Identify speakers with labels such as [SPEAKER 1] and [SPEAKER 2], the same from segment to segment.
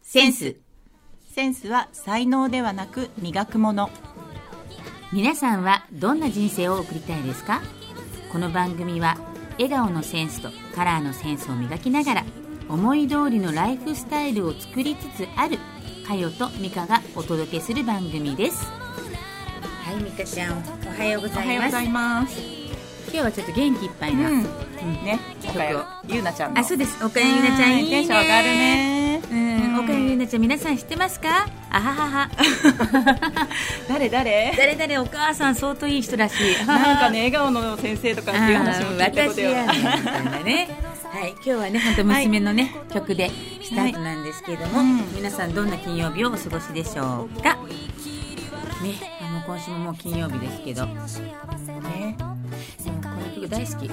[SPEAKER 1] センス
[SPEAKER 2] センスは才能ではなく磨くもの
[SPEAKER 1] 皆さんはどんな人生を送りたいですかこの番組は笑顔のセンスとカラーのセンスを磨きながら思い通りのライフスタイルを作りつつあるかよと美香がお届けする番組ですはい美香ちゃんおはようご
[SPEAKER 2] お
[SPEAKER 1] ざ
[SPEAKER 2] はいようご
[SPEAKER 1] ます
[SPEAKER 2] ざいます
[SPEAKER 1] 今日はちょっと元気いっぱいな、
[SPEAKER 2] うんね岡
[SPEAKER 1] 曲を
[SPEAKER 2] 谷ゆうなちゃんの
[SPEAKER 1] あそう
[SPEAKER 2] で
[SPEAKER 1] です岡谷ゆなちゃんいいね
[SPEAKER 2] テンション上がるね
[SPEAKER 1] うん、
[SPEAKER 2] うん
[SPEAKER 1] 岡谷ゆなちゃん皆さん知ってますかあはは は
[SPEAKER 2] 誰誰
[SPEAKER 1] 誰々お母さん相当いい人らしい
[SPEAKER 2] なんかね笑顔の先生とか
[SPEAKER 1] あ
[SPEAKER 2] って
[SPEAKER 1] ー
[SPEAKER 2] いう話も聞いたこと
[SPEAKER 1] 私
[SPEAKER 2] よ
[SPEAKER 1] やねんみたいなねはい今日はね本当娘のね、曲でスタートなんですけれども、
[SPEAKER 2] はいうん
[SPEAKER 1] 皆さんどんな金曜日をお過ごしでしょうかねあの今週ももう金曜日ですけどもう
[SPEAKER 2] ね
[SPEAKER 1] この曲大好き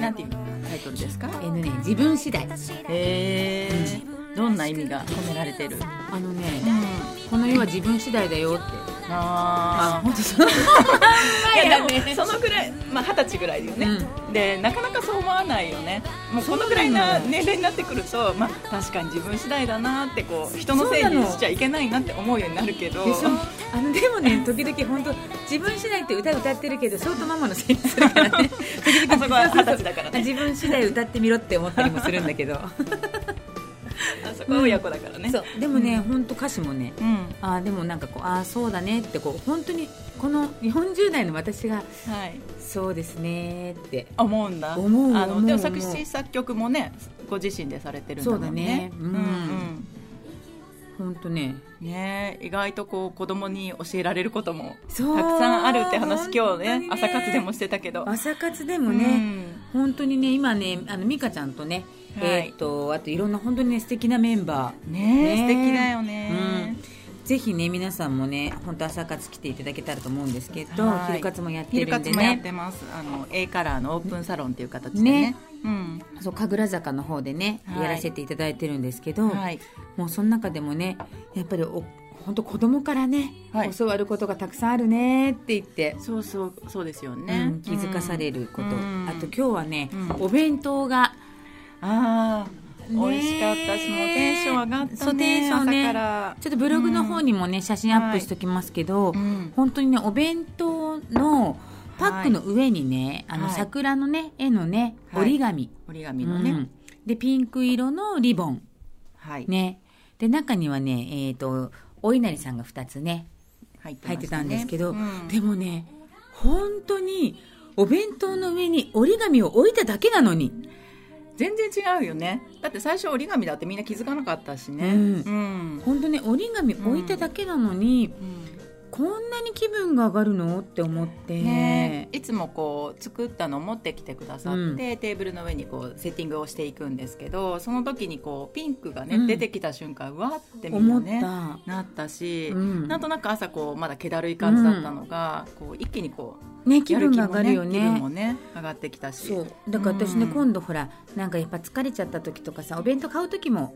[SPEAKER 2] なんていうタイトルですか
[SPEAKER 1] えのね自分次第
[SPEAKER 2] へーどんな意味が込められてる
[SPEAKER 1] あのね、この世は自分次第だよって
[SPEAKER 2] ああ本当そう いやでもそのくらいまあ二十歳ぐらいだよね、でなかなかそう思わないよねもうこのくらい
[SPEAKER 1] そうな
[SPEAKER 2] な
[SPEAKER 1] の
[SPEAKER 2] 年齢になってくるとまあ確かに自分次第だなってこう人のせい
[SPEAKER 1] そうな
[SPEAKER 2] に
[SPEAKER 1] の
[SPEAKER 2] しちゃいけないなって思うようになるけど
[SPEAKER 1] でしょあのでもね時々本当自分次第って歌歌ってるけど相当ママのせいにする からね時々
[SPEAKER 2] あそこは二十歳だからね
[SPEAKER 1] 自分次第歌ってみろって思ったりもするんだけど
[SPEAKER 2] あそこは親子だからね、
[SPEAKER 1] そうでもね本当歌詞もね
[SPEAKER 2] うん
[SPEAKER 1] あーでもなんかこうああそうだねってこう本当にこの40代の私が
[SPEAKER 2] はい
[SPEAKER 1] そうですねーって
[SPEAKER 2] 思うんだ
[SPEAKER 1] 思う
[SPEAKER 2] あ
[SPEAKER 1] 思う
[SPEAKER 2] のでも
[SPEAKER 1] 思う
[SPEAKER 2] 作詞作曲もねご自身でされてるんだもんね
[SPEAKER 1] そうだねうん本当ね
[SPEAKER 2] ねえ意外とこう子供に教えられることもたく
[SPEAKER 1] そう
[SPEAKER 2] さんあるって話今
[SPEAKER 1] 本当
[SPEAKER 2] 日ね
[SPEAKER 1] にね
[SPEAKER 2] 朝活でもしてたけど
[SPEAKER 1] 朝活でもね、本当にね今ねあの美香ちゃんとね、
[SPEAKER 2] はい
[SPEAKER 1] えーっとあといろんな本当にね素敵なメンバ
[SPEAKER 2] うんねえ
[SPEAKER 1] ねえ
[SPEAKER 2] 素敵だよね、
[SPEAKER 1] ーぜひね皆さんもね本当朝活来ていただけたらと思うんですけど
[SPEAKER 2] はい
[SPEAKER 1] 昼活もやって
[SPEAKER 2] ヒル
[SPEAKER 1] る
[SPEAKER 2] カ
[SPEAKER 1] んで
[SPEAKER 2] ツもやっ
[SPEAKER 1] ね
[SPEAKER 2] てます、あの A カラーのオープンサロンっていう形でね
[SPEAKER 1] ね
[SPEAKER 2] うん
[SPEAKER 1] そう神楽坂の方でね、
[SPEAKER 2] はい
[SPEAKER 1] やらせていただいてるんですけど、
[SPEAKER 2] はい
[SPEAKER 1] もうその中でもねやっぱりお本当子供からね、
[SPEAKER 2] はい
[SPEAKER 1] 教わることがたくさんあるねって言って、
[SPEAKER 2] そうそうそうですよ
[SPEAKER 1] う
[SPEAKER 2] ね、
[SPEAKER 1] ん気づかされること、
[SPEAKER 2] うん
[SPEAKER 1] あと今日はね、
[SPEAKER 2] うん
[SPEAKER 1] お弁当が、
[SPEAKER 2] ああ、
[SPEAKER 1] ねえ
[SPEAKER 2] 美味しかったし、もうテンション上がったね。
[SPEAKER 1] そうテンションね
[SPEAKER 2] 朝から。
[SPEAKER 1] ちょっとブログの方にもね、写真アップしときますけど、
[SPEAKER 2] うん
[SPEAKER 1] 本当にねお弁当のパックの上にね、あの
[SPEAKER 2] はい
[SPEAKER 1] 桜のね絵のね
[SPEAKER 2] はい
[SPEAKER 1] 折り紙、
[SPEAKER 2] 折り紙のね。
[SPEAKER 1] うんでピンク色のリボン
[SPEAKER 2] はい。
[SPEAKER 1] ねで中にはねえっ、とお稲荷さんが2つね
[SPEAKER 2] 入ってま
[SPEAKER 1] 入
[SPEAKER 2] したね
[SPEAKER 1] ってたんですけど、
[SPEAKER 2] うん
[SPEAKER 1] でもね本当にお弁当の上に折り紙を置いただけなのに
[SPEAKER 2] 全然違うよね。だって最初折り紙だってみんな気づかなかったし
[SPEAKER 1] う
[SPEAKER 2] ね。うんん。うん
[SPEAKER 1] 本当ね折り紙置いただけなのに、こんなに気分が上がるのって思って、
[SPEAKER 2] ねえいつもこう作ったのを持ってきてくださって、
[SPEAKER 1] うん
[SPEAKER 2] テーブルの上にこうセッティングをしていくんですけどその時にこうピンクがね、
[SPEAKER 1] うん
[SPEAKER 2] 出てきた瞬間うわってみん
[SPEAKER 1] 思
[SPEAKER 2] な
[SPEAKER 1] っ
[SPEAKER 2] ね
[SPEAKER 1] た。
[SPEAKER 2] なったし、
[SPEAKER 1] うん
[SPEAKER 2] なんとなく朝こうまだ気だるい感じだったのが、こう一気にこう
[SPEAKER 1] ね、気分が上がるよ
[SPEAKER 2] やる気
[SPEAKER 1] ね
[SPEAKER 2] もね気分もね上がってきたし
[SPEAKER 1] そうだから私ね、
[SPEAKER 2] うん
[SPEAKER 1] 今度ほらなんかやっぱ疲れちゃった時とかさお弁当買う時も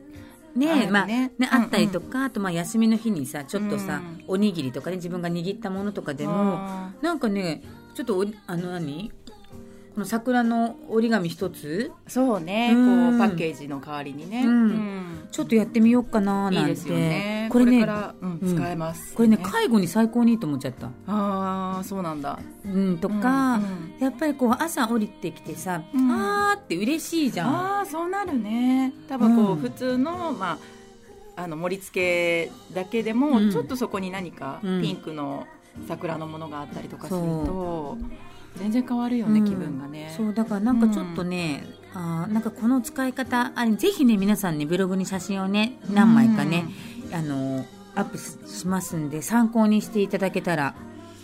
[SPEAKER 1] ね
[SPEAKER 2] あるね
[SPEAKER 1] まあね
[SPEAKER 2] うんうん
[SPEAKER 1] あったりとかあとまあ休みの日にさちょっとさ、
[SPEAKER 2] うん
[SPEAKER 1] おにぎりとかね自分が握ったものとかでも
[SPEAKER 2] あ
[SPEAKER 1] なんかねちょっとおあの何この桜の折り紙一つ
[SPEAKER 2] ーそうね、
[SPEAKER 1] うん
[SPEAKER 2] こうパッケージの代わりにね、
[SPEAKER 1] うん
[SPEAKER 2] うん
[SPEAKER 1] ちょっとやってみようかななん
[SPEAKER 2] いい
[SPEAKER 1] て
[SPEAKER 2] ですよね
[SPEAKER 1] これね
[SPEAKER 2] これから、うん
[SPEAKER 1] うん
[SPEAKER 2] 使えます
[SPEAKER 1] これね介護に最高にいいと思っちゃった。
[SPEAKER 2] ああそうなんだ
[SPEAKER 1] うん、とか、
[SPEAKER 2] うんうん
[SPEAKER 1] やっぱりこう朝降りてきてさ、
[SPEAKER 2] うん
[SPEAKER 1] あーって嬉しいじゃん。
[SPEAKER 2] ああそうなるね多分こう、
[SPEAKER 1] うん
[SPEAKER 2] 普通のまああの盛り付けだけで
[SPEAKER 1] う
[SPEAKER 2] も
[SPEAKER 1] ん
[SPEAKER 2] ちょっとそこに何か
[SPEAKER 1] うん
[SPEAKER 2] ピンクの桜のものがあったりとかすると全然変わるよね、
[SPEAKER 1] うん
[SPEAKER 2] 気分がね
[SPEAKER 1] そうだからなんかちょっとね、あーなんかこの使い方あれぜひね皆さんねブログに写真をね何枚かね、あのアップししますんで参考にしていただけたら、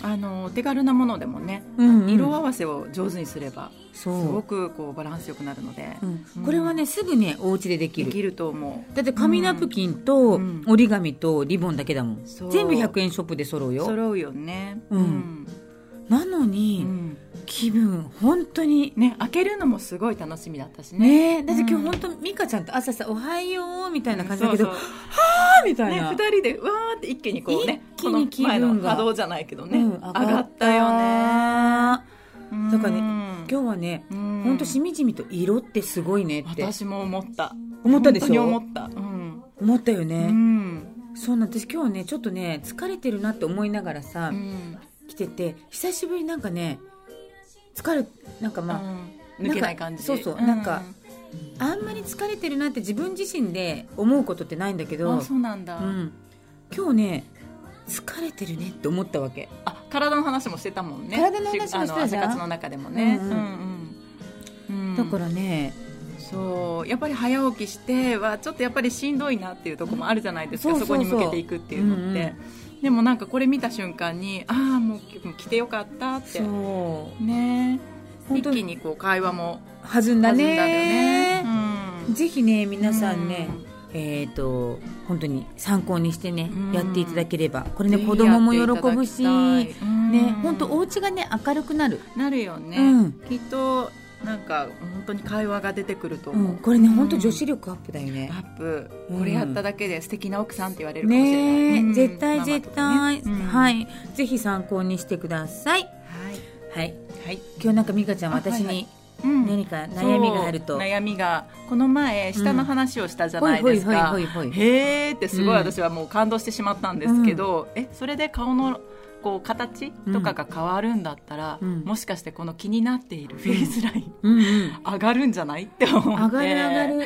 [SPEAKER 2] あの手軽なものでもね、
[SPEAKER 1] うんうん
[SPEAKER 2] 色合わせを上手にすればすご
[SPEAKER 1] そ
[SPEAKER 2] くこうバランスよくなるので、
[SPEAKER 1] う、うん、これはねすぐねお家ででき
[SPEAKER 2] で
[SPEAKER 1] る
[SPEAKER 2] きると思う
[SPEAKER 1] だって紙ナプキンと
[SPEAKER 2] うん
[SPEAKER 1] 折り紙とリボンだけだもん、
[SPEAKER 2] そう
[SPEAKER 1] 全部100円ショップで揃うよ
[SPEAKER 2] 揃うよね
[SPEAKER 1] うんなの
[SPEAKER 2] うん
[SPEAKER 1] に、気分本当に
[SPEAKER 2] ね開けるのもすごい楽しみだったしね
[SPEAKER 1] ねだって今日本当美香ちゃんと朝さ「おはよう」みたいな感じだけど「
[SPEAKER 2] そうそう
[SPEAKER 1] あーみたい
[SPEAKER 2] ね、
[SPEAKER 1] な、
[SPEAKER 2] 二人でうわーって一気にこうね
[SPEAKER 1] 一気に気分が
[SPEAKER 2] この前の波動じゃないけどね、
[SPEAKER 1] うん
[SPEAKER 2] 上がったよね
[SPEAKER 1] ね
[SPEAKER 2] うん
[SPEAKER 1] だからね今日はね、
[SPEAKER 2] うん
[SPEAKER 1] ほんとしみじみと色ってすごいねって
[SPEAKER 2] 私も思った
[SPEAKER 1] 思ったでしょ
[SPEAKER 2] 本当に思った、うん、
[SPEAKER 1] 思ったよ
[SPEAKER 2] う
[SPEAKER 1] ね、
[SPEAKER 2] ん
[SPEAKER 1] そうなん私今日ねちょっとね疲れてるなって思いながらさ、
[SPEAKER 2] うん
[SPEAKER 1] 来てて久しぶりになんかね疲れなんかまあ、
[SPEAKER 2] うん抜けない感じ
[SPEAKER 1] なんかそうそうなんかあんまり疲れてるなって自分自身で思うことってないんだけ
[SPEAKER 2] うん
[SPEAKER 1] ど
[SPEAKER 2] あそうなんだ、
[SPEAKER 1] うん、今日ね疲れてるねって思ったわけ
[SPEAKER 2] あ体の話もしてたもんね
[SPEAKER 1] 体の話もしてたじゃん
[SPEAKER 2] あの生活の中でもね、
[SPEAKER 1] う
[SPEAKER 2] うんん
[SPEAKER 1] う
[SPEAKER 2] うんんうん
[SPEAKER 1] だからね、
[SPEAKER 2] そうやっぱり早起きしてはちょっとやっぱりしんどいなっていうところもあるじゃないですか、
[SPEAKER 1] うん
[SPEAKER 2] そ
[SPEAKER 1] そうそうそう
[SPEAKER 2] こに向けていくっていうのって、
[SPEAKER 1] うんうん
[SPEAKER 2] でもなんかこれ見た瞬間にああもう今日来てよかったって
[SPEAKER 1] そう
[SPEAKER 2] ね
[SPEAKER 1] 本
[SPEAKER 2] 一
[SPEAKER 1] 当
[SPEAKER 2] 気にこう会話も
[SPEAKER 1] 弾んだ
[SPEAKER 2] 弾んだよ
[SPEAKER 1] ね
[SPEAKER 2] ねうん
[SPEAKER 1] ぜひね皆さんね、えっ、と本当に参考にしてね、
[SPEAKER 2] うん
[SPEAKER 1] やっていただければこ
[SPEAKER 2] う
[SPEAKER 1] れ
[SPEAKER 2] ん
[SPEAKER 1] ね子供も喜ぶし、
[SPEAKER 2] ぜひやって
[SPEAKER 1] ね
[SPEAKER 2] いただきたいうん
[SPEAKER 1] 本当お家がね明るくなる、
[SPEAKER 2] なるよね、
[SPEAKER 1] うん
[SPEAKER 2] きっとなんか本当に会話が出てくると
[SPEAKER 1] う
[SPEAKER 2] 思う、
[SPEAKER 1] ん、これね本当
[SPEAKER 2] うん
[SPEAKER 1] 女子力アップだよね
[SPEAKER 2] ア、ップ
[SPEAKER 1] うん
[SPEAKER 2] これやっただけで素敵な奥さんって言われるかもしれない、
[SPEAKER 1] ね
[SPEAKER 2] うん
[SPEAKER 1] 絶対
[SPEAKER 2] ママ
[SPEAKER 1] 絶
[SPEAKER 2] とか
[SPEAKER 1] 対、
[SPEAKER 2] ねうん
[SPEAKER 1] は
[SPEAKER 2] はい
[SPEAKER 1] いぜひ参考にしてくださいはい
[SPEAKER 2] はい
[SPEAKER 1] 今日なんか美香ちゃん
[SPEAKER 2] あ
[SPEAKER 1] 私
[SPEAKER 2] はい
[SPEAKER 1] に
[SPEAKER 2] うん
[SPEAKER 1] 何か悩みがあると、
[SPEAKER 2] そう悩みがこの前下の話をしたじゃ
[SPEAKER 1] ほ
[SPEAKER 2] ないい
[SPEAKER 1] ほ
[SPEAKER 2] で
[SPEAKER 1] い
[SPEAKER 2] す
[SPEAKER 1] ほい
[SPEAKER 2] か、
[SPEAKER 1] ほいほい
[SPEAKER 2] へーってすご
[SPEAKER 1] うん
[SPEAKER 2] い私はもう感動してしまったんですけど、えそれで顔のこう形とかが変わるんだったら、
[SPEAKER 1] うん
[SPEAKER 2] もしかしてこの気になっているフェイスライン、
[SPEAKER 1] うんうん
[SPEAKER 2] 上がるんじゃないって思って
[SPEAKER 1] 上がる上がる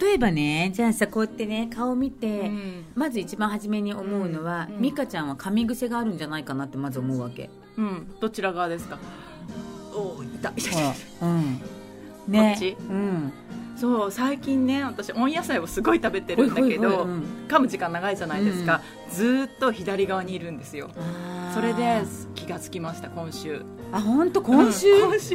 [SPEAKER 1] 例えばねじゃあさこうやってね顔見て、
[SPEAKER 2] うん
[SPEAKER 1] まず一番初めに思うのは、
[SPEAKER 2] うん
[SPEAKER 1] 美香ちゃんは噛み癖があるんじゃないかなってまず思うわ け
[SPEAKER 2] うん、どちら側ですかおーいたいたい
[SPEAKER 1] ほ
[SPEAKER 2] た
[SPEAKER 1] らうん
[SPEAKER 2] こっち
[SPEAKER 1] うん
[SPEAKER 2] そう最近ね私温野菜をすごい食べてるんだけ
[SPEAKER 1] ほいほいほい
[SPEAKER 2] ど
[SPEAKER 1] うん
[SPEAKER 2] 噛む時間長いじゃないですか、ずーっと左側にいるんですよ
[SPEAKER 1] あー
[SPEAKER 2] それで気がつきました今週
[SPEAKER 1] あ本当今週、
[SPEAKER 2] うん今週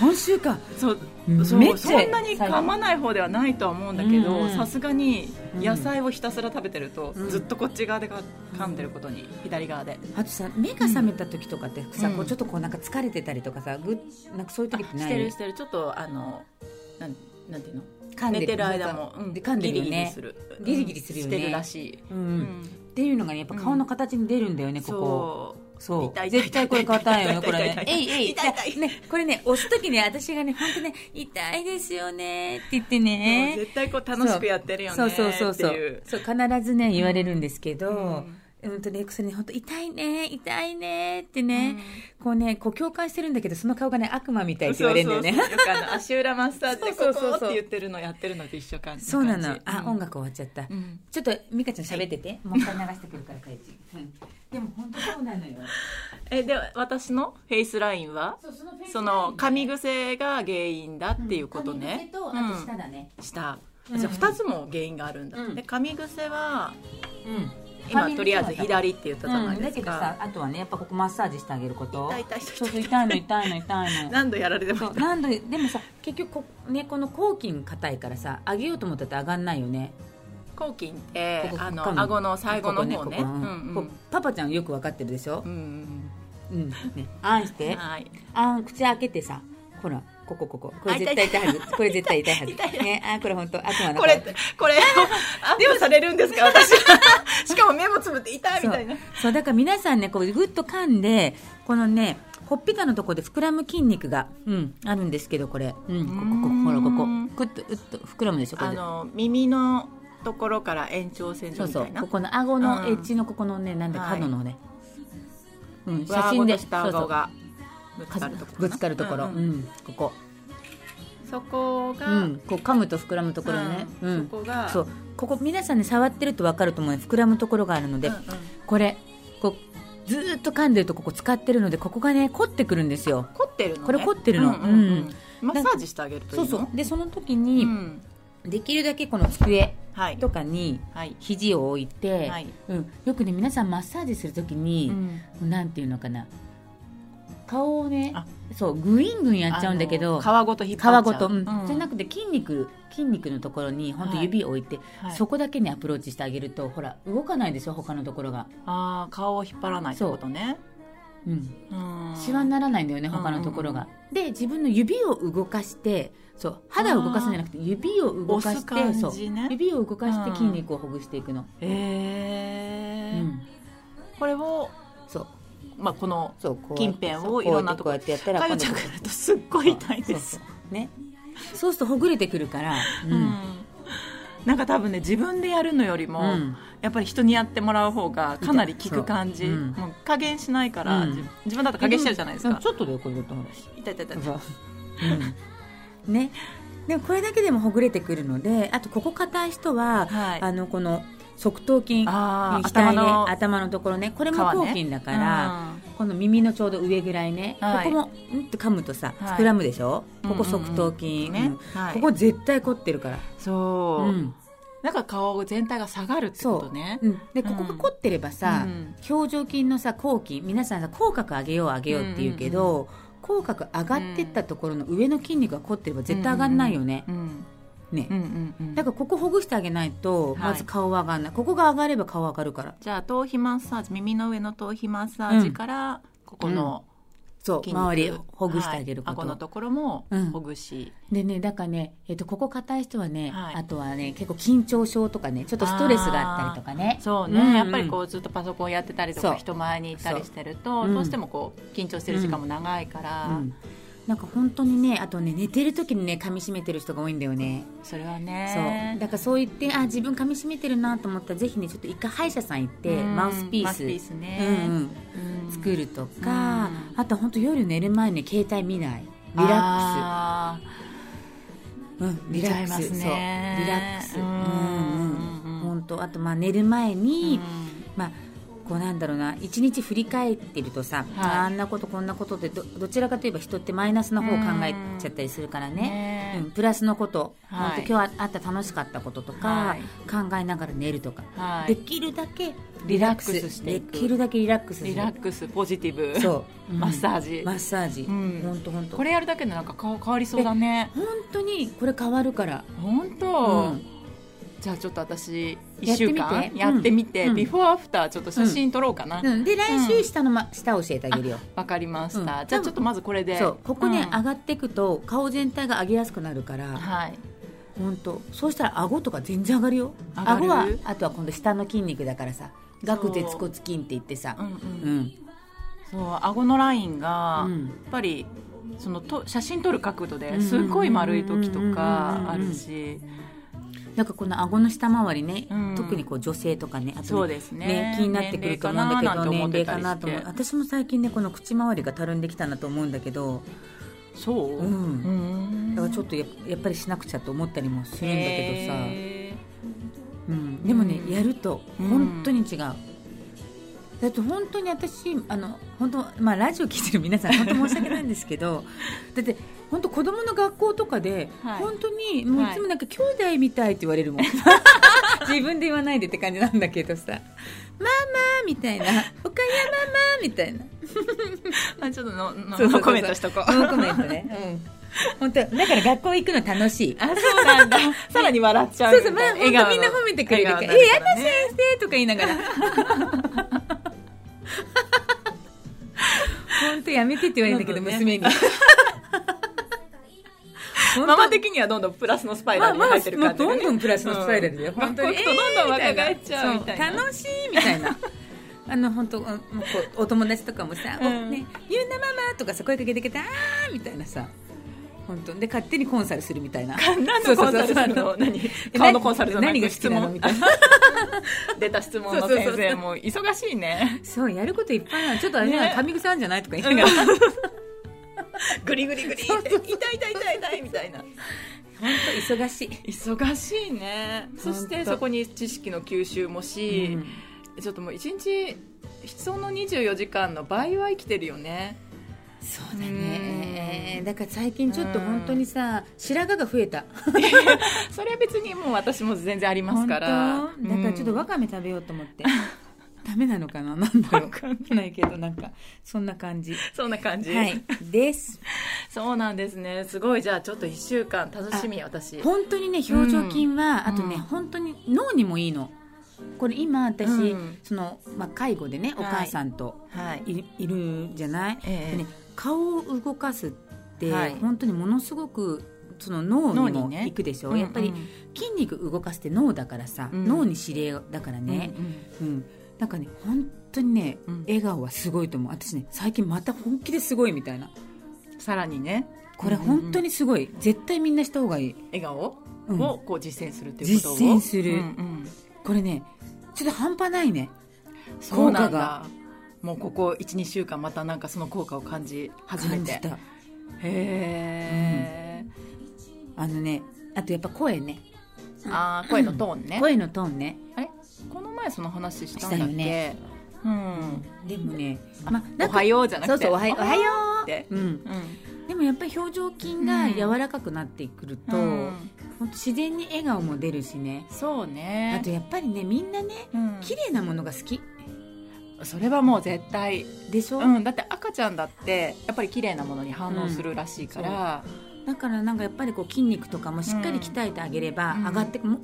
[SPEAKER 1] 今週か
[SPEAKER 2] そうそ
[SPEAKER 1] めっ
[SPEAKER 2] う
[SPEAKER 1] ちゃ
[SPEAKER 2] そんなに噛まない方ではないとは思うんだけ
[SPEAKER 1] うんう
[SPEAKER 2] ど
[SPEAKER 1] ん
[SPEAKER 2] さすがに野菜をひたすら食べてると、
[SPEAKER 1] うん
[SPEAKER 2] ずっとこっち側でか噛んでることに左側で、
[SPEAKER 1] あとさ目が覚めた時とかってさ、
[SPEAKER 2] うん
[SPEAKER 1] こうちょっとこうなんか疲れてたりとかさぐっなんかそういう時って
[SPEAKER 2] あ
[SPEAKER 1] な
[SPEAKER 2] し
[SPEAKER 1] い
[SPEAKER 2] てるしてるちょっとあのなんなんていうの
[SPEAKER 1] 噛んで
[SPEAKER 2] 寝てる間も、うん
[SPEAKER 1] で噛んでるよね
[SPEAKER 2] ギリギリする
[SPEAKER 1] ギリギリするよね
[SPEAKER 2] してるらしい、
[SPEAKER 1] うん
[SPEAKER 2] う
[SPEAKER 1] っていうのがねやっぱ顔の形に出るんだよね、ここ
[SPEAKER 2] そう
[SPEAKER 1] そう
[SPEAKER 2] 痛い痛い
[SPEAKER 1] 絶対これ硬いよねこれね
[SPEAKER 2] 痛い
[SPEAKER 1] え
[SPEAKER 2] 痛
[SPEAKER 1] い
[SPEAKER 2] い
[SPEAKER 1] えい
[SPEAKER 2] 痛い痛い
[SPEAKER 1] ねこれね押す時ね私がね本当ね痛いですよねって言って
[SPEAKER 2] もう
[SPEAKER 1] ね
[SPEAKER 2] 絶対こう楽しくやってるよね
[SPEAKER 1] そうそうそうそ
[SPEAKER 2] っ
[SPEAKER 1] う
[SPEAKER 2] ていう
[SPEAKER 1] そう必ずね言われるんですけど、う
[SPEAKER 2] うんん
[SPEAKER 1] とね、それね、本当痛いね、痛いねってね、こうね、こう共感してるんだけど、その顔がね、悪魔みたいって言われるんだよね。
[SPEAKER 2] そうそうそうよくあの足裏マッサージでこ
[SPEAKER 1] そうそうそう
[SPEAKER 2] こ
[SPEAKER 1] そう
[SPEAKER 2] って言ってるのやってるのと一緒感じ
[SPEAKER 1] そうなの。あ、
[SPEAKER 2] うん
[SPEAKER 1] 音楽終わっちゃった。
[SPEAKER 2] うん
[SPEAKER 1] ちょっと、美香ちゃん喋ってて。もう一回流してくるから、帰って。 うんでも本当そうなのよ。
[SPEAKER 2] えで私のフェイスラインは
[SPEAKER 1] そう、そのフェイス
[SPEAKER 2] その噛み癖が原因だっていうことね、
[SPEAKER 1] うん髪の毛と、あと舌だね。
[SPEAKER 2] うん舌
[SPEAKER 1] うん
[SPEAKER 2] じゃあ2つも原因があるんだ、
[SPEAKER 1] うん
[SPEAKER 2] で噛み癖は
[SPEAKER 1] うん。
[SPEAKER 2] 今とりあえず左って言ったじゃない
[SPEAKER 1] うん、だ
[SPEAKER 2] です
[SPEAKER 1] けど
[SPEAKER 2] か、
[SPEAKER 1] さあとはねやっぱここマッサージしてあげること
[SPEAKER 2] 痛い痛い痛い痛い
[SPEAKER 1] そうそう痛いの痛いの痛い の
[SPEAKER 2] 何度やられて
[SPEAKER 1] そ
[SPEAKER 2] も
[SPEAKER 1] う何度でもさ結局こ,、ね、この抗菌硬いからさ上げようと思ったって上がんないよね
[SPEAKER 2] 抗菌って
[SPEAKER 1] こここ
[SPEAKER 2] あ
[SPEAKER 1] こ
[SPEAKER 2] の顎の最後の
[SPEAKER 1] こ
[SPEAKER 2] 方
[SPEAKER 1] こ
[SPEAKER 2] ね
[SPEAKER 1] こうん
[SPEAKER 2] うんう
[SPEAKER 1] こうんパパちゃんよく分かってるでしょ
[SPEAKER 2] う、ん
[SPEAKER 1] うんね、あんして
[SPEAKER 2] はい
[SPEAKER 1] あん口開けてさほらこここここれ絶対痛いはずこれ絶対痛いはずねあーこれ本当悪魔の
[SPEAKER 2] これこれ アップされるんですか私しかも目もつぶって痛い
[SPEAKER 1] そ
[SPEAKER 2] み
[SPEAKER 1] う
[SPEAKER 2] たいな
[SPEAKER 1] そうだから皆さんねこうぐっと噛んでこのねほっぺたのところで膨らむ筋肉が、うん、あるんですけどこれ、うん、ここここほらここぐっとうっと膨らむでしょこれ
[SPEAKER 2] あ
[SPEAKER 1] で
[SPEAKER 2] の耳のところから延長線
[SPEAKER 1] そう
[SPEAKER 2] 上み
[SPEAKER 1] そ
[SPEAKER 2] た
[SPEAKER 1] う
[SPEAKER 2] いな
[SPEAKER 1] ここの顎の
[SPEAKER 2] う
[SPEAKER 1] エ
[SPEAKER 2] ん
[SPEAKER 1] ッジのここのねなんだ
[SPEAKER 2] はい
[SPEAKER 1] 角のね、うん、
[SPEAKER 2] 上
[SPEAKER 1] 写
[SPEAKER 2] 顎
[SPEAKER 1] 真で
[SPEAKER 2] と下顎がぶつ
[SPEAKER 1] そ
[SPEAKER 2] か
[SPEAKER 1] うそ
[SPEAKER 2] ると
[SPEAKER 1] う
[SPEAKER 2] ころ
[SPEAKER 1] ぶつかるところ、
[SPEAKER 2] う
[SPEAKER 1] うんん
[SPEAKER 2] うん
[SPEAKER 1] ここ、
[SPEAKER 2] そこ
[SPEAKER 1] う
[SPEAKER 2] が、
[SPEAKER 1] ん、こう噛むと膨らむところね、う
[SPEAKER 2] うんんそこが
[SPEAKER 1] そうここ皆さんね触ってると分かると思うね膨らむところがあるので、
[SPEAKER 2] うんうん
[SPEAKER 1] これこうずーっと噛んでるとここ使ってるのでここがね凝ってくるんですよ
[SPEAKER 2] 凝ってるのね
[SPEAKER 1] これ凝ってるの
[SPEAKER 2] うんうん
[SPEAKER 1] うん
[SPEAKER 2] うんマッサージしてあげるといい
[SPEAKER 1] そう
[SPEAKER 2] の
[SPEAKER 1] そうでその時に、
[SPEAKER 2] うん
[SPEAKER 1] できるだけこの机
[SPEAKER 2] はい
[SPEAKER 1] とかに
[SPEAKER 2] はい
[SPEAKER 1] 肘を置いて、
[SPEAKER 2] はい
[SPEAKER 1] うん、よくね皆さんマッサージするときに、なんていうのかな顔をね
[SPEAKER 2] あ
[SPEAKER 1] そうグイングインやっちゃうんだけど
[SPEAKER 2] あの皮ごと引っ張っちゃ
[SPEAKER 1] 皮
[SPEAKER 2] う
[SPEAKER 1] ごと、うんじゃな
[SPEAKER 2] く
[SPEAKER 1] くて筋肉筋肉のところに本当
[SPEAKER 2] はい
[SPEAKER 1] 指を置いて、
[SPEAKER 2] はい
[SPEAKER 1] そこだけにアプローチしてあげるとほら動かないでしょ他のところが、
[SPEAKER 2] ああ顔を引っ張らないってことね
[SPEAKER 1] うん、
[SPEAKER 2] うん
[SPEAKER 1] シワにならないんだよね他のところが、で自分の指を動かしてそう肌を動かすんじゃなくて指を動か
[SPEAKER 2] 押
[SPEAKER 1] し
[SPEAKER 2] す
[SPEAKER 1] て、
[SPEAKER 2] 感
[SPEAKER 1] そう
[SPEAKER 2] じね
[SPEAKER 1] 指を動かして筋肉をほぐしていくの、
[SPEAKER 2] え
[SPEAKER 1] う
[SPEAKER 2] え
[SPEAKER 1] ん、
[SPEAKER 2] これを
[SPEAKER 1] そう
[SPEAKER 2] まあこの
[SPEAKER 1] そうこう
[SPEAKER 2] 近辺をいろんなとこ
[SPEAKER 1] こうやってやったら
[SPEAKER 2] かよちゃん
[SPEAKER 1] 今
[SPEAKER 2] が
[SPEAKER 1] 度
[SPEAKER 2] やるとすっごい痛い
[SPEAKER 1] そ
[SPEAKER 2] で
[SPEAKER 1] う
[SPEAKER 2] す
[SPEAKER 1] そうねそうするとほぐれてくるから、う
[SPEAKER 2] うんんなんか多分ね自分でやるのよりも、
[SPEAKER 1] うん
[SPEAKER 2] やっぱり人にやってもらう方がかなり効く感じ、
[SPEAKER 1] そううん
[SPEAKER 2] もう加減しないから、
[SPEAKER 1] うん
[SPEAKER 2] 自分自分だと加減してるじゃないですか、
[SPEAKER 1] ちょっとだよこれだった話
[SPEAKER 2] 痛い痛い痛い
[SPEAKER 1] ね、でもこれだけでもほぐれてくるのであとここ硬い人は、
[SPEAKER 2] はい
[SPEAKER 1] あのこの側頭筋
[SPEAKER 2] あー
[SPEAKER 1] 額ね
[SPEAKER 2] 頭の
[SPEAKER 1] 頭のところねこれも
[SPEAKER 2] 皮
[SPEAKER 1] 後
[SPEAKER 2] ね
[SPEAKER 1] 筋だから、
[SPEAKER 2] うん
[SPEAKER 1] この耳のちょうど上ぐらいね、
[SPEAKER 2] は
[SPEAKER 1] こ
[SPEAKER 2] い
[SPEAKER 1] こもうんって噛むとさ
[SPEAKER 2] はい
[SPEAKER 1] 膨らむでしょ、
[SPEAKER 2] うんうん
[SPEAKER 1] こ
[SPEAKER 2] うん
[SPEAKER 1] こ側頭筋、う
[SPEAKER 2] ね
[SPEAKER 1] ん
[SPEAKER 2] はい
[SPEAKER 1] ここ絶対凝ってるから、
[SPEAKER 2] そうう、
[SPEAKER 1] ん
[SPEAKER 2] なんか顔全体が下がるってことね
[SPEAKER 1] うんでここが凝ってればさ、
[SPEAKER 2] うん
[SPEAKER 1] 表情筋のさ口筋皆さんさ口角上げよう上げようって言うけど、口角上がってったところの上の筋肉が凝ってれば絶対上がんないよね
[SPEAKER 2] う、ん
[SPEAKER 1] ね、
[SPEAKER 2] うんうんうん
[SPEAKER 1] だからここほぐしてあげないと、
[SPEAKER 2] はい
[SPEAKER 1] まず顔は上がんない。ここが上がれば顔上がるから。
[SPEAKER 2] じゃあ頭皮マッサージ耳の上の頭皮マッサージから、ここの
[SPEAKER 1] そう、
[SPEAKER 2] 筋肉
[SPEAKER 1] 周りをほぐしてあげるこ
[SPEAKER 2] はい
[SPEAKER 1] と。
[SPEAKER 2] 顎のところも
[SPEAKER 1] うん
[SPEAKER 2] ほぐし、
[SPEAKER 1] でね、だからね、えっと、ここ硬い人はね、
[SPEAKER 2] はい
[SPEAKER 1] あとはね、結構緊張症とかね、ちょっとストレスがあったりとかね。
[SPEAKER 2] そうね、
[SPEAKER 1] んん
[SPEAKER 2] やっぱりこうずっとパソコンやってたりと
[SPEAKER 1] そ
[SPEAKER 2] か
[SPEAKER 1] う
[SPEAKER 2] 人前にいたりしてる
[SPEAKER 1] そ
[SPEAKER 2] と、
[SPEAKER 1] ううん
[SPEAKER 2] どうしてもこう緊張してる時間も長いから、
[SPEAKER 1] うんなんか本当にね、あとね、寝てる時にね、噛み締めてる人が多いんだよね。
[SPEAKER 2] それ
[SPEAKER 1] そ
[SPEAKER 2] は
[SPEAKER 1] う。
[SPEAKER 2] ね
[SPEAKER 1] だからそう言って、あ、自分噛み締めてるなと思ったら、ぜひね、ちょっと一回歯医者さん行って、
[SPEAKER 2] うん
[SPEAKER 1] マウスピー
[SPEAKER 2] マウ
[SPEAKER 1] ス。
[SPEAKER 2] スピースね、
[SPEAKER 1] うんうん。作るとか、あと本当夜寝る前ね、携帯見ない。リラックス。
[SPEAKER 2] ックス
[SPEAKER 1] うん、リラ
[SPEAKER 2] 見
[SPEAKER 1] ッ
[SPEAKER 2] ちゃ
[SPEAKER 1] ク
[SPEAKER 2] い
[SPEAKER 1] ス
[SPEAKER 2] ますね
[SPEAKER 1] そうリラックスう
[SPEAKER 2] うんん
[SPEAKER 1] うん
[SPEAKER 2] うん
[SPEAKER 1] 本当あとまあ寝る前に、
[SPEAKER 2] うん
[SPEAKER 1] まあこうなんだろうな一日振り返ってるとさ、
[SPEAKER 2] はい
[SPEAKER 1] ああんなことこんなことってどどちらかといえば人ってマイナスの方を考えちゃったりするからね
[SPEAKER 2] ね
[SPEAKER 1] うん、プラスのこと、
[SPEAKER 2] は
[SPEAKER 1] 本
[SPEAKER 2] い
[SPEAKER 1] 当今日あった楽しかったこととか、
[SPEAKER 2] はい
[SPEAKER 1] 考えながら寝るとか、
[SPEAKER 2] はい
[SPEAKER 1] できるだけ
[SPEAKER 2] リラックスしていく
[SPEAKER 1] できるだけリラックスする
[SPEAKER 2] リラックスポジティブ
[SPEAKER 1] そう、
[SPEAKER 2] マッサー
[SPEAKER 1] う
[SPEAKER 2] ジ
[SPEAKER 1] んマッサージ
[SPEAKER 2] うん
[SPEAKER 1] 本当本当
[SPEAKER 2] これやるだけでなんか顔変わりそうだね
[SPEAKER 1] 本当にこれ変わるから
[SPEAKER 2] 本
[SPEAKER 1] う
[SPEAKER 2] 当、
[SPEAKER 1] ん
[SPEAKER 2] じゃあちょっと私
[SPEAKER 1] や
[SPEAKER 2] 1
[SPEAKER 1] ってみ
[SPEAKER 2] 週
[SPEAKER 1] て
[SPEAKER 2] 間
[SPEAKER 1] うん
[SPEAKER 2] やってみて、
[SPEAKER 1] うん
[SPEAKER 2] ビフォーアフターちょっと写真撮ろうかなわ、
[SPEAKER 1] うん、で来週下の、ま、下教えてあげるよ
[SPEAKER 2] かりました、
[SPEAKER 1] うん
[SPEAKER 2] じゃあちょっとまずこれで
[SPEAKER 1] そうここね、
[SPEAKER 2] うん
[SPEAKER 1] 上がっていくと顔全体が上げやすくなるから
[SPEAKER 2] はい
[SPEAKER 1] 本当そうしたら顎とか全然上がるよ
[SPEAKER 2] 上が
[SPEAKER 1] 顎
[SPEAKER 2] る
[SPEAKER 1] はあとは今度下の筋肉だからさ顎舌骨筋って言ってさ
[SPEAKER 2] うんうん
[SPEAKER 1] うん
[SPEAKER 2] そう顎のラインが、
[SPEAKER 1] うん
[SPEAKER 2] やっぱりそのと写真撮る角度ですごい丸い時とかあるし、
[SPEAKER 1] なんかこの顎の下回りね、
[SPEAKER 2] うん
[SPEAKER 1] 特にこう女性とかねあとね
[SPEAKER 2] そうですね
[SPEAKER 1] 気になってくると思うんだけど年
[SPEAKER 2] 年
[SPEAKER 1] 齢
[SPEAKER 2] 齢
[SPEAKER 1] か
[SPEAKER 2] か
[SPEAKER 1] な
[SPEAKER 2] な
[SPEAKER 1] と
[SPEAKER 2] と思
[SPEAKER 1] 思
[SPEAKER 2] っ
[SPEAKER 1] う
[SPEAKER 2] てた
[SPEAKER 1] 私も最近ねこの口周りがたるんできたなと思うんだけど
[SPEAKER 2] そう、
[SPEAKER 1] うん
[SPEAKER 2] ん
[SPEAKER 1] だからちょっとややっぱりしなくちゃと思ったりもするんだけどさ、
[SPEAKER 2] へー
[SPEAKER 1] うん、でもね、
[SPEAKER 2] うん
[SPEAKER 1] やると
[SPEAKER 2] うん
[SPEAKER 1] 本当に違う、だって本当に私あの本当、まあ、ラジオ聞いてる 皆さん本当申し訳ないんですけどだって本当子供の学校とかで、
[SPEAKER 2] はい
[SPEAKER 1] 本当にもうい
[SPEAKER 2] はい
[SPEAKER 1] つもなんか兄弟みたいって言われるもん、 自分で言わないでって感じなんだけどさ「ママ」み たいな「おかやママ」みたいな
[SPEAKER 2] あちょっとのの
[SPEAKER 1] そうそうそうそう
[SPEAKER 2] のコメントしとこう
[SPEAKER 1] ノーコメントね、うん、本当だから学校行くの楽しい
[SPEAKER 2] あそうな んださらに笑っちゃう
[SPEAKER 1] そうそう、まあ、
[SPEAKER 2] み
[SPEAKER 1] 本
[SPEAKER 2] たい
[SPEAKER 1] 当みんな
[SPEAKER 2] 笑顔の
[SPEAKER 1] 褒めてくれるから、
[SPEAKER 2] 笑
[SPEAKER 1] え、や
[SPEAKER 2] 顔にな
[SPEAKER 1] だ
[SPEAKER 2] る
[SPEAKER 1] 先生とか言いながら。本当やめてって言われたけど、
[SPEAKER 2] なんだろう
[SPEAKER 1] 娘に。
[SPEAKER 2] ママ的にはどんどんプラスのスパイラルに入ってる
[SPEAKER 1] まあ
[SPEAKER 2] 感
[SPEAKER 1] ま
[SPEAKER 2] じ
[SPEAKER 1] あ
[SPEAKER 2] が、
[SPEAKER 1] もうど
[SPEAKER 2] ね
[SPEAKER 1] んどんプラスのスパイラルだよ
[SPEAKER 2] うん
[SPEAKER 1] 本当に
[SPEAKER 2] まあこう行くとどんどん若返っちゃうみたいな、
[SPEAKER 1] そう楽しいみたいな。あの本当もうこうお友達とかもさ「
[SPEAKER 2] うん
[SPEAKER 1] おね、ゆうなママ」とかさ声かけてきて「あー」みたいなさ本当で勝手にコンサルするみたいな
[SPEAKER 2] 何のコンサルする
[SPEAKER 1] そうそうそう
[SPEAKER 2] の
[SPEAKER 1] あ
[SPEAKER 2] 何
[SPEAKER 1] え
[SPEAKER 2] 顔のコンサルじゃな
[SPEAKER 1] 何
[SPEAKER 2] い
[SPEAKER 1] が好きなのみたいな
[SPEAKER 2] 出た質問の
[SPEAKER 1] そう
[SPEAKER 2] 先
[SPEAKER 1] そうそう
[SPEAKER 2] 生も忙しいね
[SPEAKER 1] そうやることいっぱいなのちょっとあれだな
[SPEAKER 2] ね
[SPEAKER 1] 神草あんじゃないとか言いながら
[SPEAKER 2] グリグリグリって痛い痛い痛い痛いみたいな
[SPEAKER 1] 本当忙しい
[SPEAKER 2] 忙しいねそしてそこに知識の吸収もし、ちょっともう一日その24時間の倍は生きてるよね
[SPEAKER 1] そうだねだから最近ちょっと本当にさ白髪が増えた
[SPEAKER 2] それは別にもう私も全然ありますから
[SPEAKER 1] 本当だからちょっとわかめ食べようと思って、 ダメなのかななんだろう
[SPEAKER 2] わかん
[SPEAKER 1] ないけどなんかそんな感じ
[SPEAKER 2] うんそんな感じ、
[SPEAKER 1] はいです
[SPEAKER 2] そうなんですねすごいじゃあちょっと1週間楽しみ私
[SPEAKER 1] 本当にね表情筋は、
[SPEAKER 2] うん
[SPEAKER 1] あとね
[SPEAKER 2] うん
[SPEAKER 1] 本当に脳にもいいのこれ今私、
[SPEAKER 2] うん
[SPEAKER 1] その、まあ、介護でねお母さんと
[SPEAKER 2] はい
[SPEAKER 1] い,、るじゃない、
[SPEAKER 2] え
[SPEAKER 1] で
[SPEAKER 2] え
[SPEAKER 1] ね、顔を動かすって、
[SPEAKER 2] はい
[SPEAKER 1] 本当にものすごくその脳に
[SPEAKER 2] 脳
[SPEAKER 1] も
[SPEAKER 2] にね
[SPEAKER 1] 行くでしょ、
[SPEAKER 2] うんうん
[SPEAKER 1] やっぱり筋肉動かすって脳だからさ、
[SPEAKER 2] うん
[SPEAKER 1] 脳に指令だからね、
[SPEAKER 2] うんうん
[SPEAKER 1] うんなんかね本当にね、
[SPEAKER 2] うん
[SPEAKER 1] 笑顔はすごいと思う私ね最近また本気ですごいみたいな
[SPEAKER 2] さらにね
[SPEAKER 1] これ本当にすごい、絶対みんなした方がいい
[SPEAKER 2] 笑顔
[SPEAKER 1] うん
[SPEAKER 2] をこう実践するということを
[SPEAKER 1] 実践する
[SPEAKER 2] うんうん
[SPEAKER 1] これねちょっと半端ないね
[SPEAKER 2] そうな
[SPEAKER 1] 効果
[SPEAKER 2] ん
[SPEAKER 1] が
[SPEAKER 2] だもうここ12週間またなんかその効果を感じ始め
[SPEAKER 1] 感
[SPEAKER 2] て
[SPEAKER 1] じた
[SPEAKER 2] へえ、
[SPEAKER 1] あのねあとやっぱ声ね
[SPEAKER 2] あー声のトーンね
[SPEAKER 1] 声のトーンね
[SPEAKER 2] あれこの前その話したんだ
[SPEAKER 1] し
[SPEAKER 2] っ
[SPEAKER 1] た
[SPEAKER 2] け、
[SPEAKER 1] よね
[SPEAKER 2] うん、
[SPEAKER 1] でもね
[SPEAKER 2] あ
[SPEAKER 1] まあなん
[SPEAKER 2] お
[SPEAKER 1] か
[SPEAKER 2] はようじゃなくて
[SPEAKER 1] そうそうおはようおはよ
[SPEAKER 2] うって
[SPEAKER 1] う、うん、
[SPEAKER 2] う
[SPEAKER 1] でもやっぱり表情筋が柔らかくなってくると、
[SPEAKER 2] ん
[SPEAKER 1] ほんと自然に笑顔も出るしね
[SPEAKER 2] そう
[SPEAKER 1] あ
[SPEAKER 2] ね
[SPEAKER 1] とやっぱりねみんなね
[SPEAKER 2] うん
[SPEAKER 1] 綺麗なものが好き
[SPEAKER 2] それはもう絶対、
[SPEAKER 1] でしょ、
[SPEAKER 2] うん、だって赤ちゃんだってやっぱり綺麗なものに反応するらしいから、
[SPEAKER 1] だからなんかやっぱりこう筋肉とかもしっかり鍛えてあげれば
[SPEAKER 2] うん
[SPEAKER 1] 上がってくも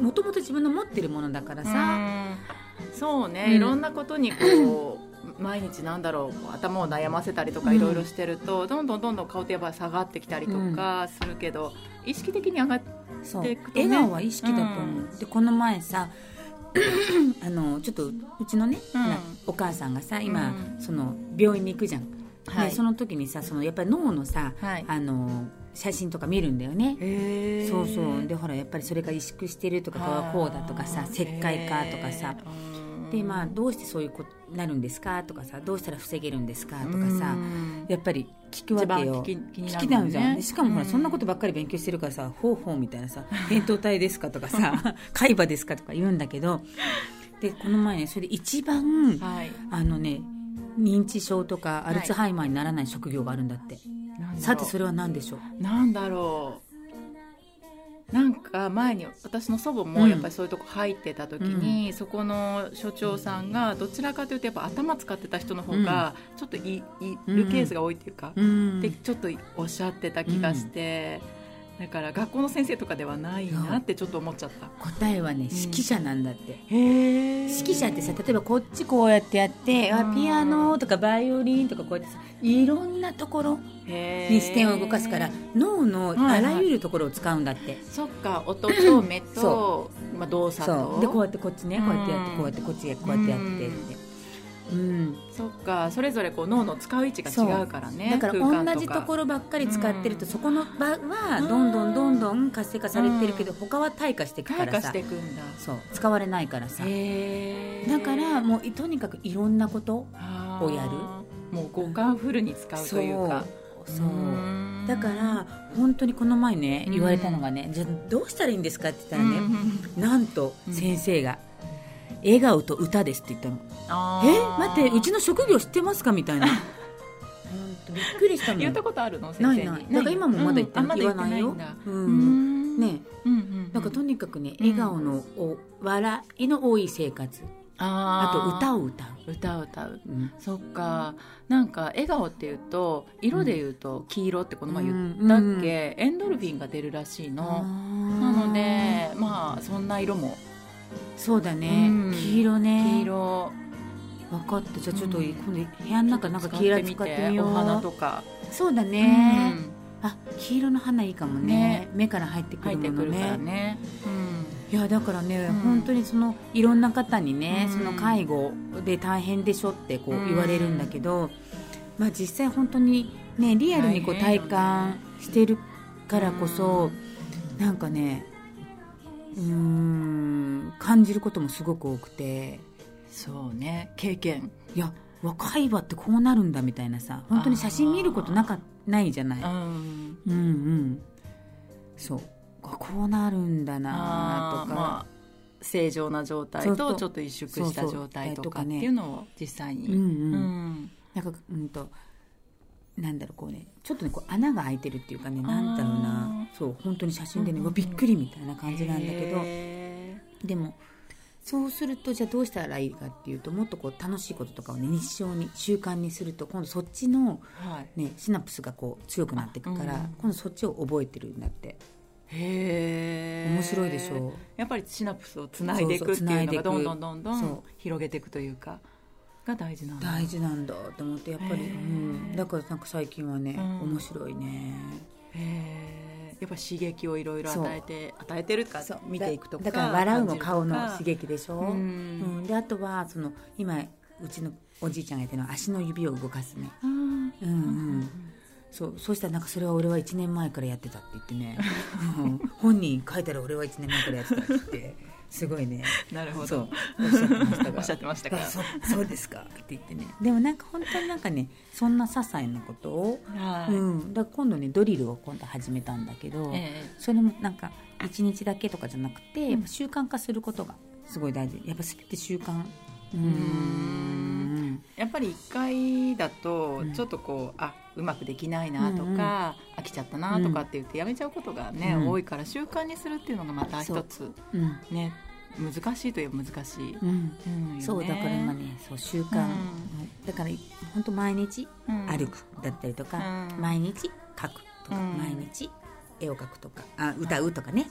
[SPEAKER 1] もともと自分の持ってるものだからさ、
[SPEAKER 2] うんそうね、
[SPEAKER 1] うん
[SPEAKER 2] いろんなことにこう毎日なんだろう頭を悩ませたりと
[SPEAKER 1] う
[SPEAKER 2] か
[SPEAKER 1] ん
[SPEAKER 2] いろいろしてると、どんどんどんどん顔ってやっぱ下がってきたりとかするけど、意識的に上がって
[SPEAKER 1] そう
[SPEAKER 2] でいくとね
[SPEAKER 1] 笑顔は意識だと思う、でこの前さ あのちょっとうちのね、
[SPEAKER 2] うん
[SPEAKER 1] なお母さんがさ今、
[SPEAKER 2] う
[SPEAKER 1] その病院に行くじゃん、
[SPEAKER 2] はい
[SPEAKER 1] でその時にさそのやっぱり脳のさ、
[SPEAKER 2] はい
[SPEAKER 1] あの写真とか見るんだよね
[SPEAKER 2] へー
[SPEAKER 1] そうそうでほらやっぱりそれが萎縮してるとかこうはこうだとかさ
[SPEAKER 2] あー
[SPEAKER 1] 石灰化とかさ
[SPEAKER 2] へー
[SPEAKER 1] でまあどうしてそういうことになるんですかとかさどうしたら防げるんですかとかさ
[SPEAKER 2] うん
[SPEAKER 1] やっぱり聞くわけよ
[SPEAKER 2] 一番聞き気にな
[SPEAKER 1] 聞き
[SPEAKER 2] る
[SPEAKER 1] たい
[SPEAKER 2] もんね
[SPEAKER 1] じゃんでしかもほら
[SPEAKER 2] うん
[SPEAKER 1] そんなことばっかり勉強してるからさ「ほうほう」みたいな さ「扁桃体ですか?」とかさ「海馬ですか?」とか言うんだけどでこの前ねそれで一番
[SPEAKER 2] はい
[SPEAKER 1] あのね認知症とかアルツハイマーにならない職業があるんだってさてそれは何でしょう
[SPEAKER 2] なんだろうなんか前に私の祖母もやっぱりそういうとこ入ってた時に、そこの所長さんがどちらかというとやっぱ頭使ってた人の方がちょっとい,、いるケースが多いっていうか、
[SPEAKER 1] うん
[SPEAKER 2] でちょっとおっしゃってた気がして、だから学校の先生とかではないなってちょっと思っちゃった。
[SPEAKER 1] 答えはね指揮者なんだって
[SPEAKER 2] へえ
[SPEAKER 1] 指揮者ってさ例えばこっちこうやってやって、あ
[SPEAKER 2] うん
[SPEAKER 1] ピアノとかバイオリンとかこうやってさいろんなところに視点を動かすから脳のあらゆるところを使うんだって、
[SPEAKER 2] そっか音と目と
[SPEAKER 1] そ
[SPEAKER 2] まあ、動作
[SPEAKER 1] そ
[SPEAKER 2] と
[SPEAKER 1] うでこうやってこっちねこうやってやって
[SPEAKER 2] うん
[SPEAKER 1] こうやってこっちへこうやってやってってうん、
[SPEAKER 2] そっかそれぞれこう脳の使う位置が違うからね
[SPEAKER 1] だから
[SPEAKER 2] 空間
[SPEAKER 1] 同じところばっかり使ってると、
[SPEAKER 2] うん
[SPEAKER 1] そこの場はどんどんどんどん活性化されてるけど、他は退化していくか
[SPEAKER 2] 開
[SPEAKER 1] ら
[SPEAKER 2] 花し
[SPEAKER 1] さ
[SPEAKER 2] ていくんだ
[SPEAKER 1] そう使われないからさ
[SPEAKER 2] へー
[SPEAKER 1] だからもうとにかくいろんなこと
[SPEAKER 2] あー
[SPEAKER 1] をやる
[SPEAKER 2] もう五感フルに使うというか
[SPEAKER 1] そうそう、
[SPEAKER 2] ーん
[SPEAKER 1] だから本当にこの前ね
[SPEAKER 2] うん
[SPEAKER 1] 言われたのがね、じゃあどうしたらいいんですかって言った
[SPEAKER 2] う
[SPEAKER 1] ら
[SPEAKER 2] ん
[SPEAKER 1] ね、なんと
[SPEAKER 2] うん
[SPEAKER 1] 先生が「笑顔と歌です」って言ったの「え待ってうち
[SPEAKER 2] の
[SPEAKER 1] の職業知ってますか?」み たいな本当びっくりしたもん
[SPEAKER 2] 言ったことあるの先
[SPEAKER 1] な
[SPEAKER 2] 生
[SPEAKER 1] い
[SPEAKER 2] に
[SPEAKER 1] ないだから今もまだ言って
[SPEAKER 2] うんあま
[SPEAKER 1] 言
[SPEAKER 2] だ言
[SPEAKER 1] わ
[SPEAKER 2] っ
[SPEAKER 1] な
[SPEAKER 2] て
[SPEAKER 1] い
[SPEAKER 2] ない
[SPEAKER 1] よ
[SPEAKER 2] んだ
[SPEAKER 1] う
[SPEAKER 2] うんん
[SPEAKER 1] ね
[SPEAKER 2] うんうん
[SPEAKER 1] なんかとにかくね
[SPEAKER 2] うん
[SPEAKER 1] 笑顔のお笑いの多い生活あと
[SPEAKER 2] あ
[SPEAKER 1] 歌
[SPEAKER 2] を
[SPEAKER 1] を歌う、
[SPEAKER 2] 歌を歌う
[SPEAKER 1] うん
[SPEAKER 2] そっかなんか笑顔っていうと色でいうと黄色ってこの前言っ
[SPEAKER 1] う
[SPEAKER 2] た
[SPEAKER 1] ん
[SPEAKER 2] っけ、エンドルフィンが出るらしいの、
[SPEAKER 1] な
[SPEAKER 2] なのでまあそんな色も
[SPEAKER 1] そうだね、
[SPEAKER 2] うん
[SPEAKER 1] 黄色ね
[SPEAKER 2] 黄色
[SPEAKER 1] 分かったじゃあちょっと
[SPEAKER 2] うん
[SPEAKER 1] 今度部屋の中なんか黄色使ってみよう
[SPEAKER 2] お花とか、
[SPEAKER 1] そうだ
[SPEAKER 2] うん
[SPEAKER 1] ね、あ黄色の花いいかもね
[SPEAKER 2] ね
[SPEAKER 1] 目から入ってく
[SPEAKER 2] 入
[SPEAKER 1] る
[SPEAKER 2] って
[SPEAKER 1] もの
[SPEAKER 2] くるか
[SPEAKER 1] ね
[SPEAKER 2] らね、
[SPEAKER 1] いやだからね、
[SPEAKER 2] うん
[SPEAKER 1] 本当にそのいろんな方にね、
[SPEAKER 2] う
[SPEAKER 1] そ
[SPEAKER 2] ん
[SPEAKER 1] の介護で大変でしょってこ
[SPEAKER 2] う
[SPEAKER 1] うん言われるんだけど、まあ、実際本当にねリアルにこう体
[SPEAKER 2] 大変よね
[SPEAKER 1] 感してるからこそ、なんかねうーん感じることもすごく多くて
[SPEAKER 2] そうね経験、
[SPEAKER 1] いや若いわってこうなるんだみたいなさ本当に写真見ることなかないじゃない。
[SPEAKER 2] ん、
[SPEAKER 1] うんうんそうここうなるんだな
[SPEAKER 2] あ
[SPEAKER 1] と
[SPEAKER 2] ー
[SPEAKER 1] か、
[SPEAKER 2] まあ正常な状態
[SPEAKER 1] そうそ
[SPEAKER 2] と
[SPEAKER 1] う
[SPEAKER 2] ちょっと萎縮した状態とか
[SPEAKER 1] そうそう
[SPEAKER 2] っていうのを実際に、
[SPEAKER 1] うんうん、
[SPEAKER 2] うん
[SPEAKER 1] なんかうんとなんだろうこうねちょっとねこう穴が開いてるっていうかねなんだろうなそう本当に写真でね、
[SPEAKER 2] うん
[SPEAKER 1] う
[SPEAKER 2] う
[SPEAKER 1] わ
[SPEAKER 2] んうん
[SPEAKER 1] びっくりみたいな感じなんだけど
[SPEAKER 2] へ
[SPEAKER 1] でもそうするとじゃあどうしたらいいかっていうともっとこう楽しいこととかをね日常に習慣にすると今度そっちの、
[SPEAKER 2] ーはい
[SPEAKER 1] ね、シナプスがこう強くなっていくから、
[SPEAKER 2] あうん
[SPEAKER 1] 今度そっちを覚えてるんだって
[SPEAKER 2] へー
[SPEAKER 1] 面白いでしょ
[SPEAKER 2] やっぱりシナプスをつないでいくっていうのが
[SPEAKER 1] そう
[SPEAKER 2] ど
[SPEAKER 1] そうん
[SPEAKER 2] どんどんど
[SPEAKER 1] そうん
[SPEAKER 2] 広げていくというかが大事なんだ
[SPEAKER 1] 大事なんだと思ってやっぱり、
[SPEAKER 2] へー
[SPEAKER 1] うん、だからなんか最近はね、
[SPEAKER 2] うん
[SPEAKER 1] 面白いね
[SPEAKER 2] へーやっぱ刺激をいろいろ
[SPEAKER 1] そう
[SPEAKER 2] 与えて与えてるか見ていくとか
[SPEAKER 1] だだから笑うも顔の
[SPEAKER 2] 感
[SPEAKER 1] 刺
[SPEAKER 2] じる
[SPEAKER 1] 激でしょ、
[SPEAKER 2] とかう
[SPEAKER 1] うん
[SPEAKER 2] ん
[SPEAKER 1] であとはその今うちのおじいちゃんがやってるのは足の指を動かすね、
[SPEAKER 2] あー
[SPEAKER 1] うんうんそうそうしたらなんかそれは俺は1年前からやってたって言ってねうん本人書いたら俺は1年前からやってたって言ってすごいね
[SPEAKER 2] なるほ
[SPEAKER 1] そう
[SPEAKER 2] ど
[SPEAKER 1] おっしゃってましたが
[SPEAKER 2] おっしゃってましたか
[SPEAKER 1] あ そそうですかって言ってねでもなんか本当になんかねそんな些細なことを、
[SPEAKER 2] はい、
[SPEAKER 1] うん、だから今度ねドリルを今度始めたんだけど、
[SPEAKER 2] ええ
[SPEAKER 1] それもなんか1日だけとかじゃなくて、
[SPEAKER 2] ん
[SPEAKER 1] やっぱ習慣化することがすごい大事やっぱ好きって習慣うーん
[SPEAKER 2] んやっぱり1回だと
[SPEAKER 1] うん
[SPEAKER 2] ちょっとこう、あうまくできないなとか、
[SPEAKER 1] うんうん
[SPEAKER 2] 飽きちゃったなとかって言ってやめちゃうことがね、
[SPEAKER 1] うん
[SPEAKER 2] 多いから習慣にするっていうのがまた一つ
[SPEAKER 1] うん、
[SPEAKER 2] ね難しいといえば難しい、
[SPEAKER 1] うん
[SPEAKER 2] うん
[SPEAKER 1] そうだから今ねそう習慣、
[SPEAKER 2] うん
[SPEAKER 1] だから本当毎日
[SPEAKER 2] うん
[SPEAKER 1] 歩くだったりとか、
[SPEAKER 2] うん
[SPEAKER 1] 毎日書くとか、
[SPEAKER 2] うん
[SPEAKER 1] 毎日絵を描くとかあ歌うとかね、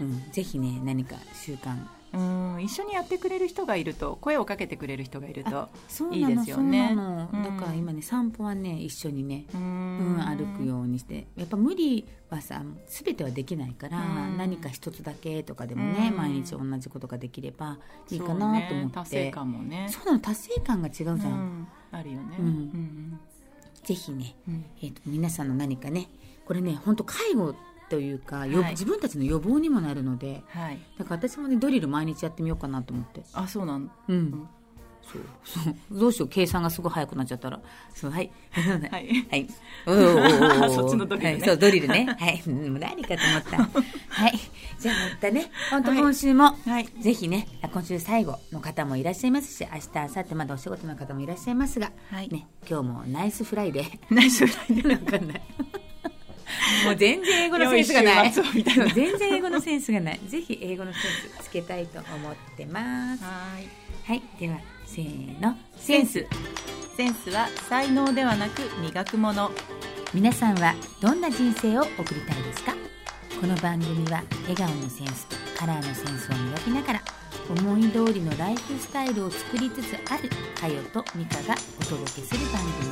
[SPEAKER 2] うん
[SPEAKER 1] うん、ぜひね何か習慣
[SPEAKER 2] うんうん一緒にやってくれる人がいると声をかけてくれる人がいると
[SPEAKER 1] そうなの
[SPEAKER 2] いいですよね
[SPEAKER 1] そうなの
[SPEAKER 2] うん
[SPEAKER 1] だから今ね散歩はね一緒にね、
[SPEAKER 2] う
[SPEAKER 1] うん
[SPEAKER 2] ん
[SPEAKER 1] 歩くようにしてやっぱ無理はさ全てはできないから、
[SPEAKER 2] うん
[SPEAKER 1] 何か一つだけとかでもね、
[SPEAKER 2] うん
[SPEAKER 1] 毎日同じことができればいいか
[SPEAKER 2] そう
[SPEAKER 1] な
[SPEAKER 2] ね
[SPEAKER 1] と思って
[SPEAKER 2] 達成感もね
[SPEAKER 1] そうなの達成感が違うじゃん、
[SPEAKER 2] うんあるよね、
[SPEAKER 1] うん
[SPEAKER 2] うん
[SPEAKER 1] ぜひね
[SPEAKER 2] うんうん
[SPEAKER 1] えー、と皆さんの何かねこれね本当介護というか、よ
[SPEAKER 2] はい
[SPEAKER 1] 自分たちの予防にもなるので
[SPEAKER 2] はい
[SPEAKER 1] だから私もねドリル毎日やってみようかなと思って
[SPEAKER 2] あそうなん
[SPEAKER 1] うん、
[SPEAKER 2] ん
[SPEAKER 1] そうそうど うしよう計算がすごい早くなっちゃったらそうはい
[SPEAKER 2] はい
[SPEAKER 1] はいおーおーお ーおー
[SPEAKER 2] そっちのドリルね
[SPEAKER 1] はい、そうドリルねはいうん何かと思った はいじゃあまたね本当
[SPEAKER 2] はい
[SPEAKER 1] 今週も、
[SPEAKER 2] はい
[SPEAKER 1] ぜひねあ今週最後の方もいらっしゃいますし明日明後日まだお仕事の方もいらっしゃいますが、
[SPEAKER 2] はい
[SPEAKER 1] ね、今日もナイスフライデー
[SPEAKER 2] ナイスフライデー
[SPEAKER 1] わかん ない。もう全然英語のセンスがな
[SPEAKER 2] 良
[SPEAKER 1] い。
[SPEAKER 2] い週末を みたいな
[SPEAKER 1] 全然英語のセンスがない。ぜひ英語のセンスつけたいと思ってます。
[SPEAKER 2] はい
[SPEAKER 1] はい、ではせーの、センス。
[SPEAKER 2] センスは才能ではなく磨くもの
[SPEAKER 1] 皆さんはどんな人生を送りたいですかこの番組は笑顔のセンスとカラーのセンスを磨きながら思い通りのライフスタイルを作りつつあるかよと美香がお届けする番組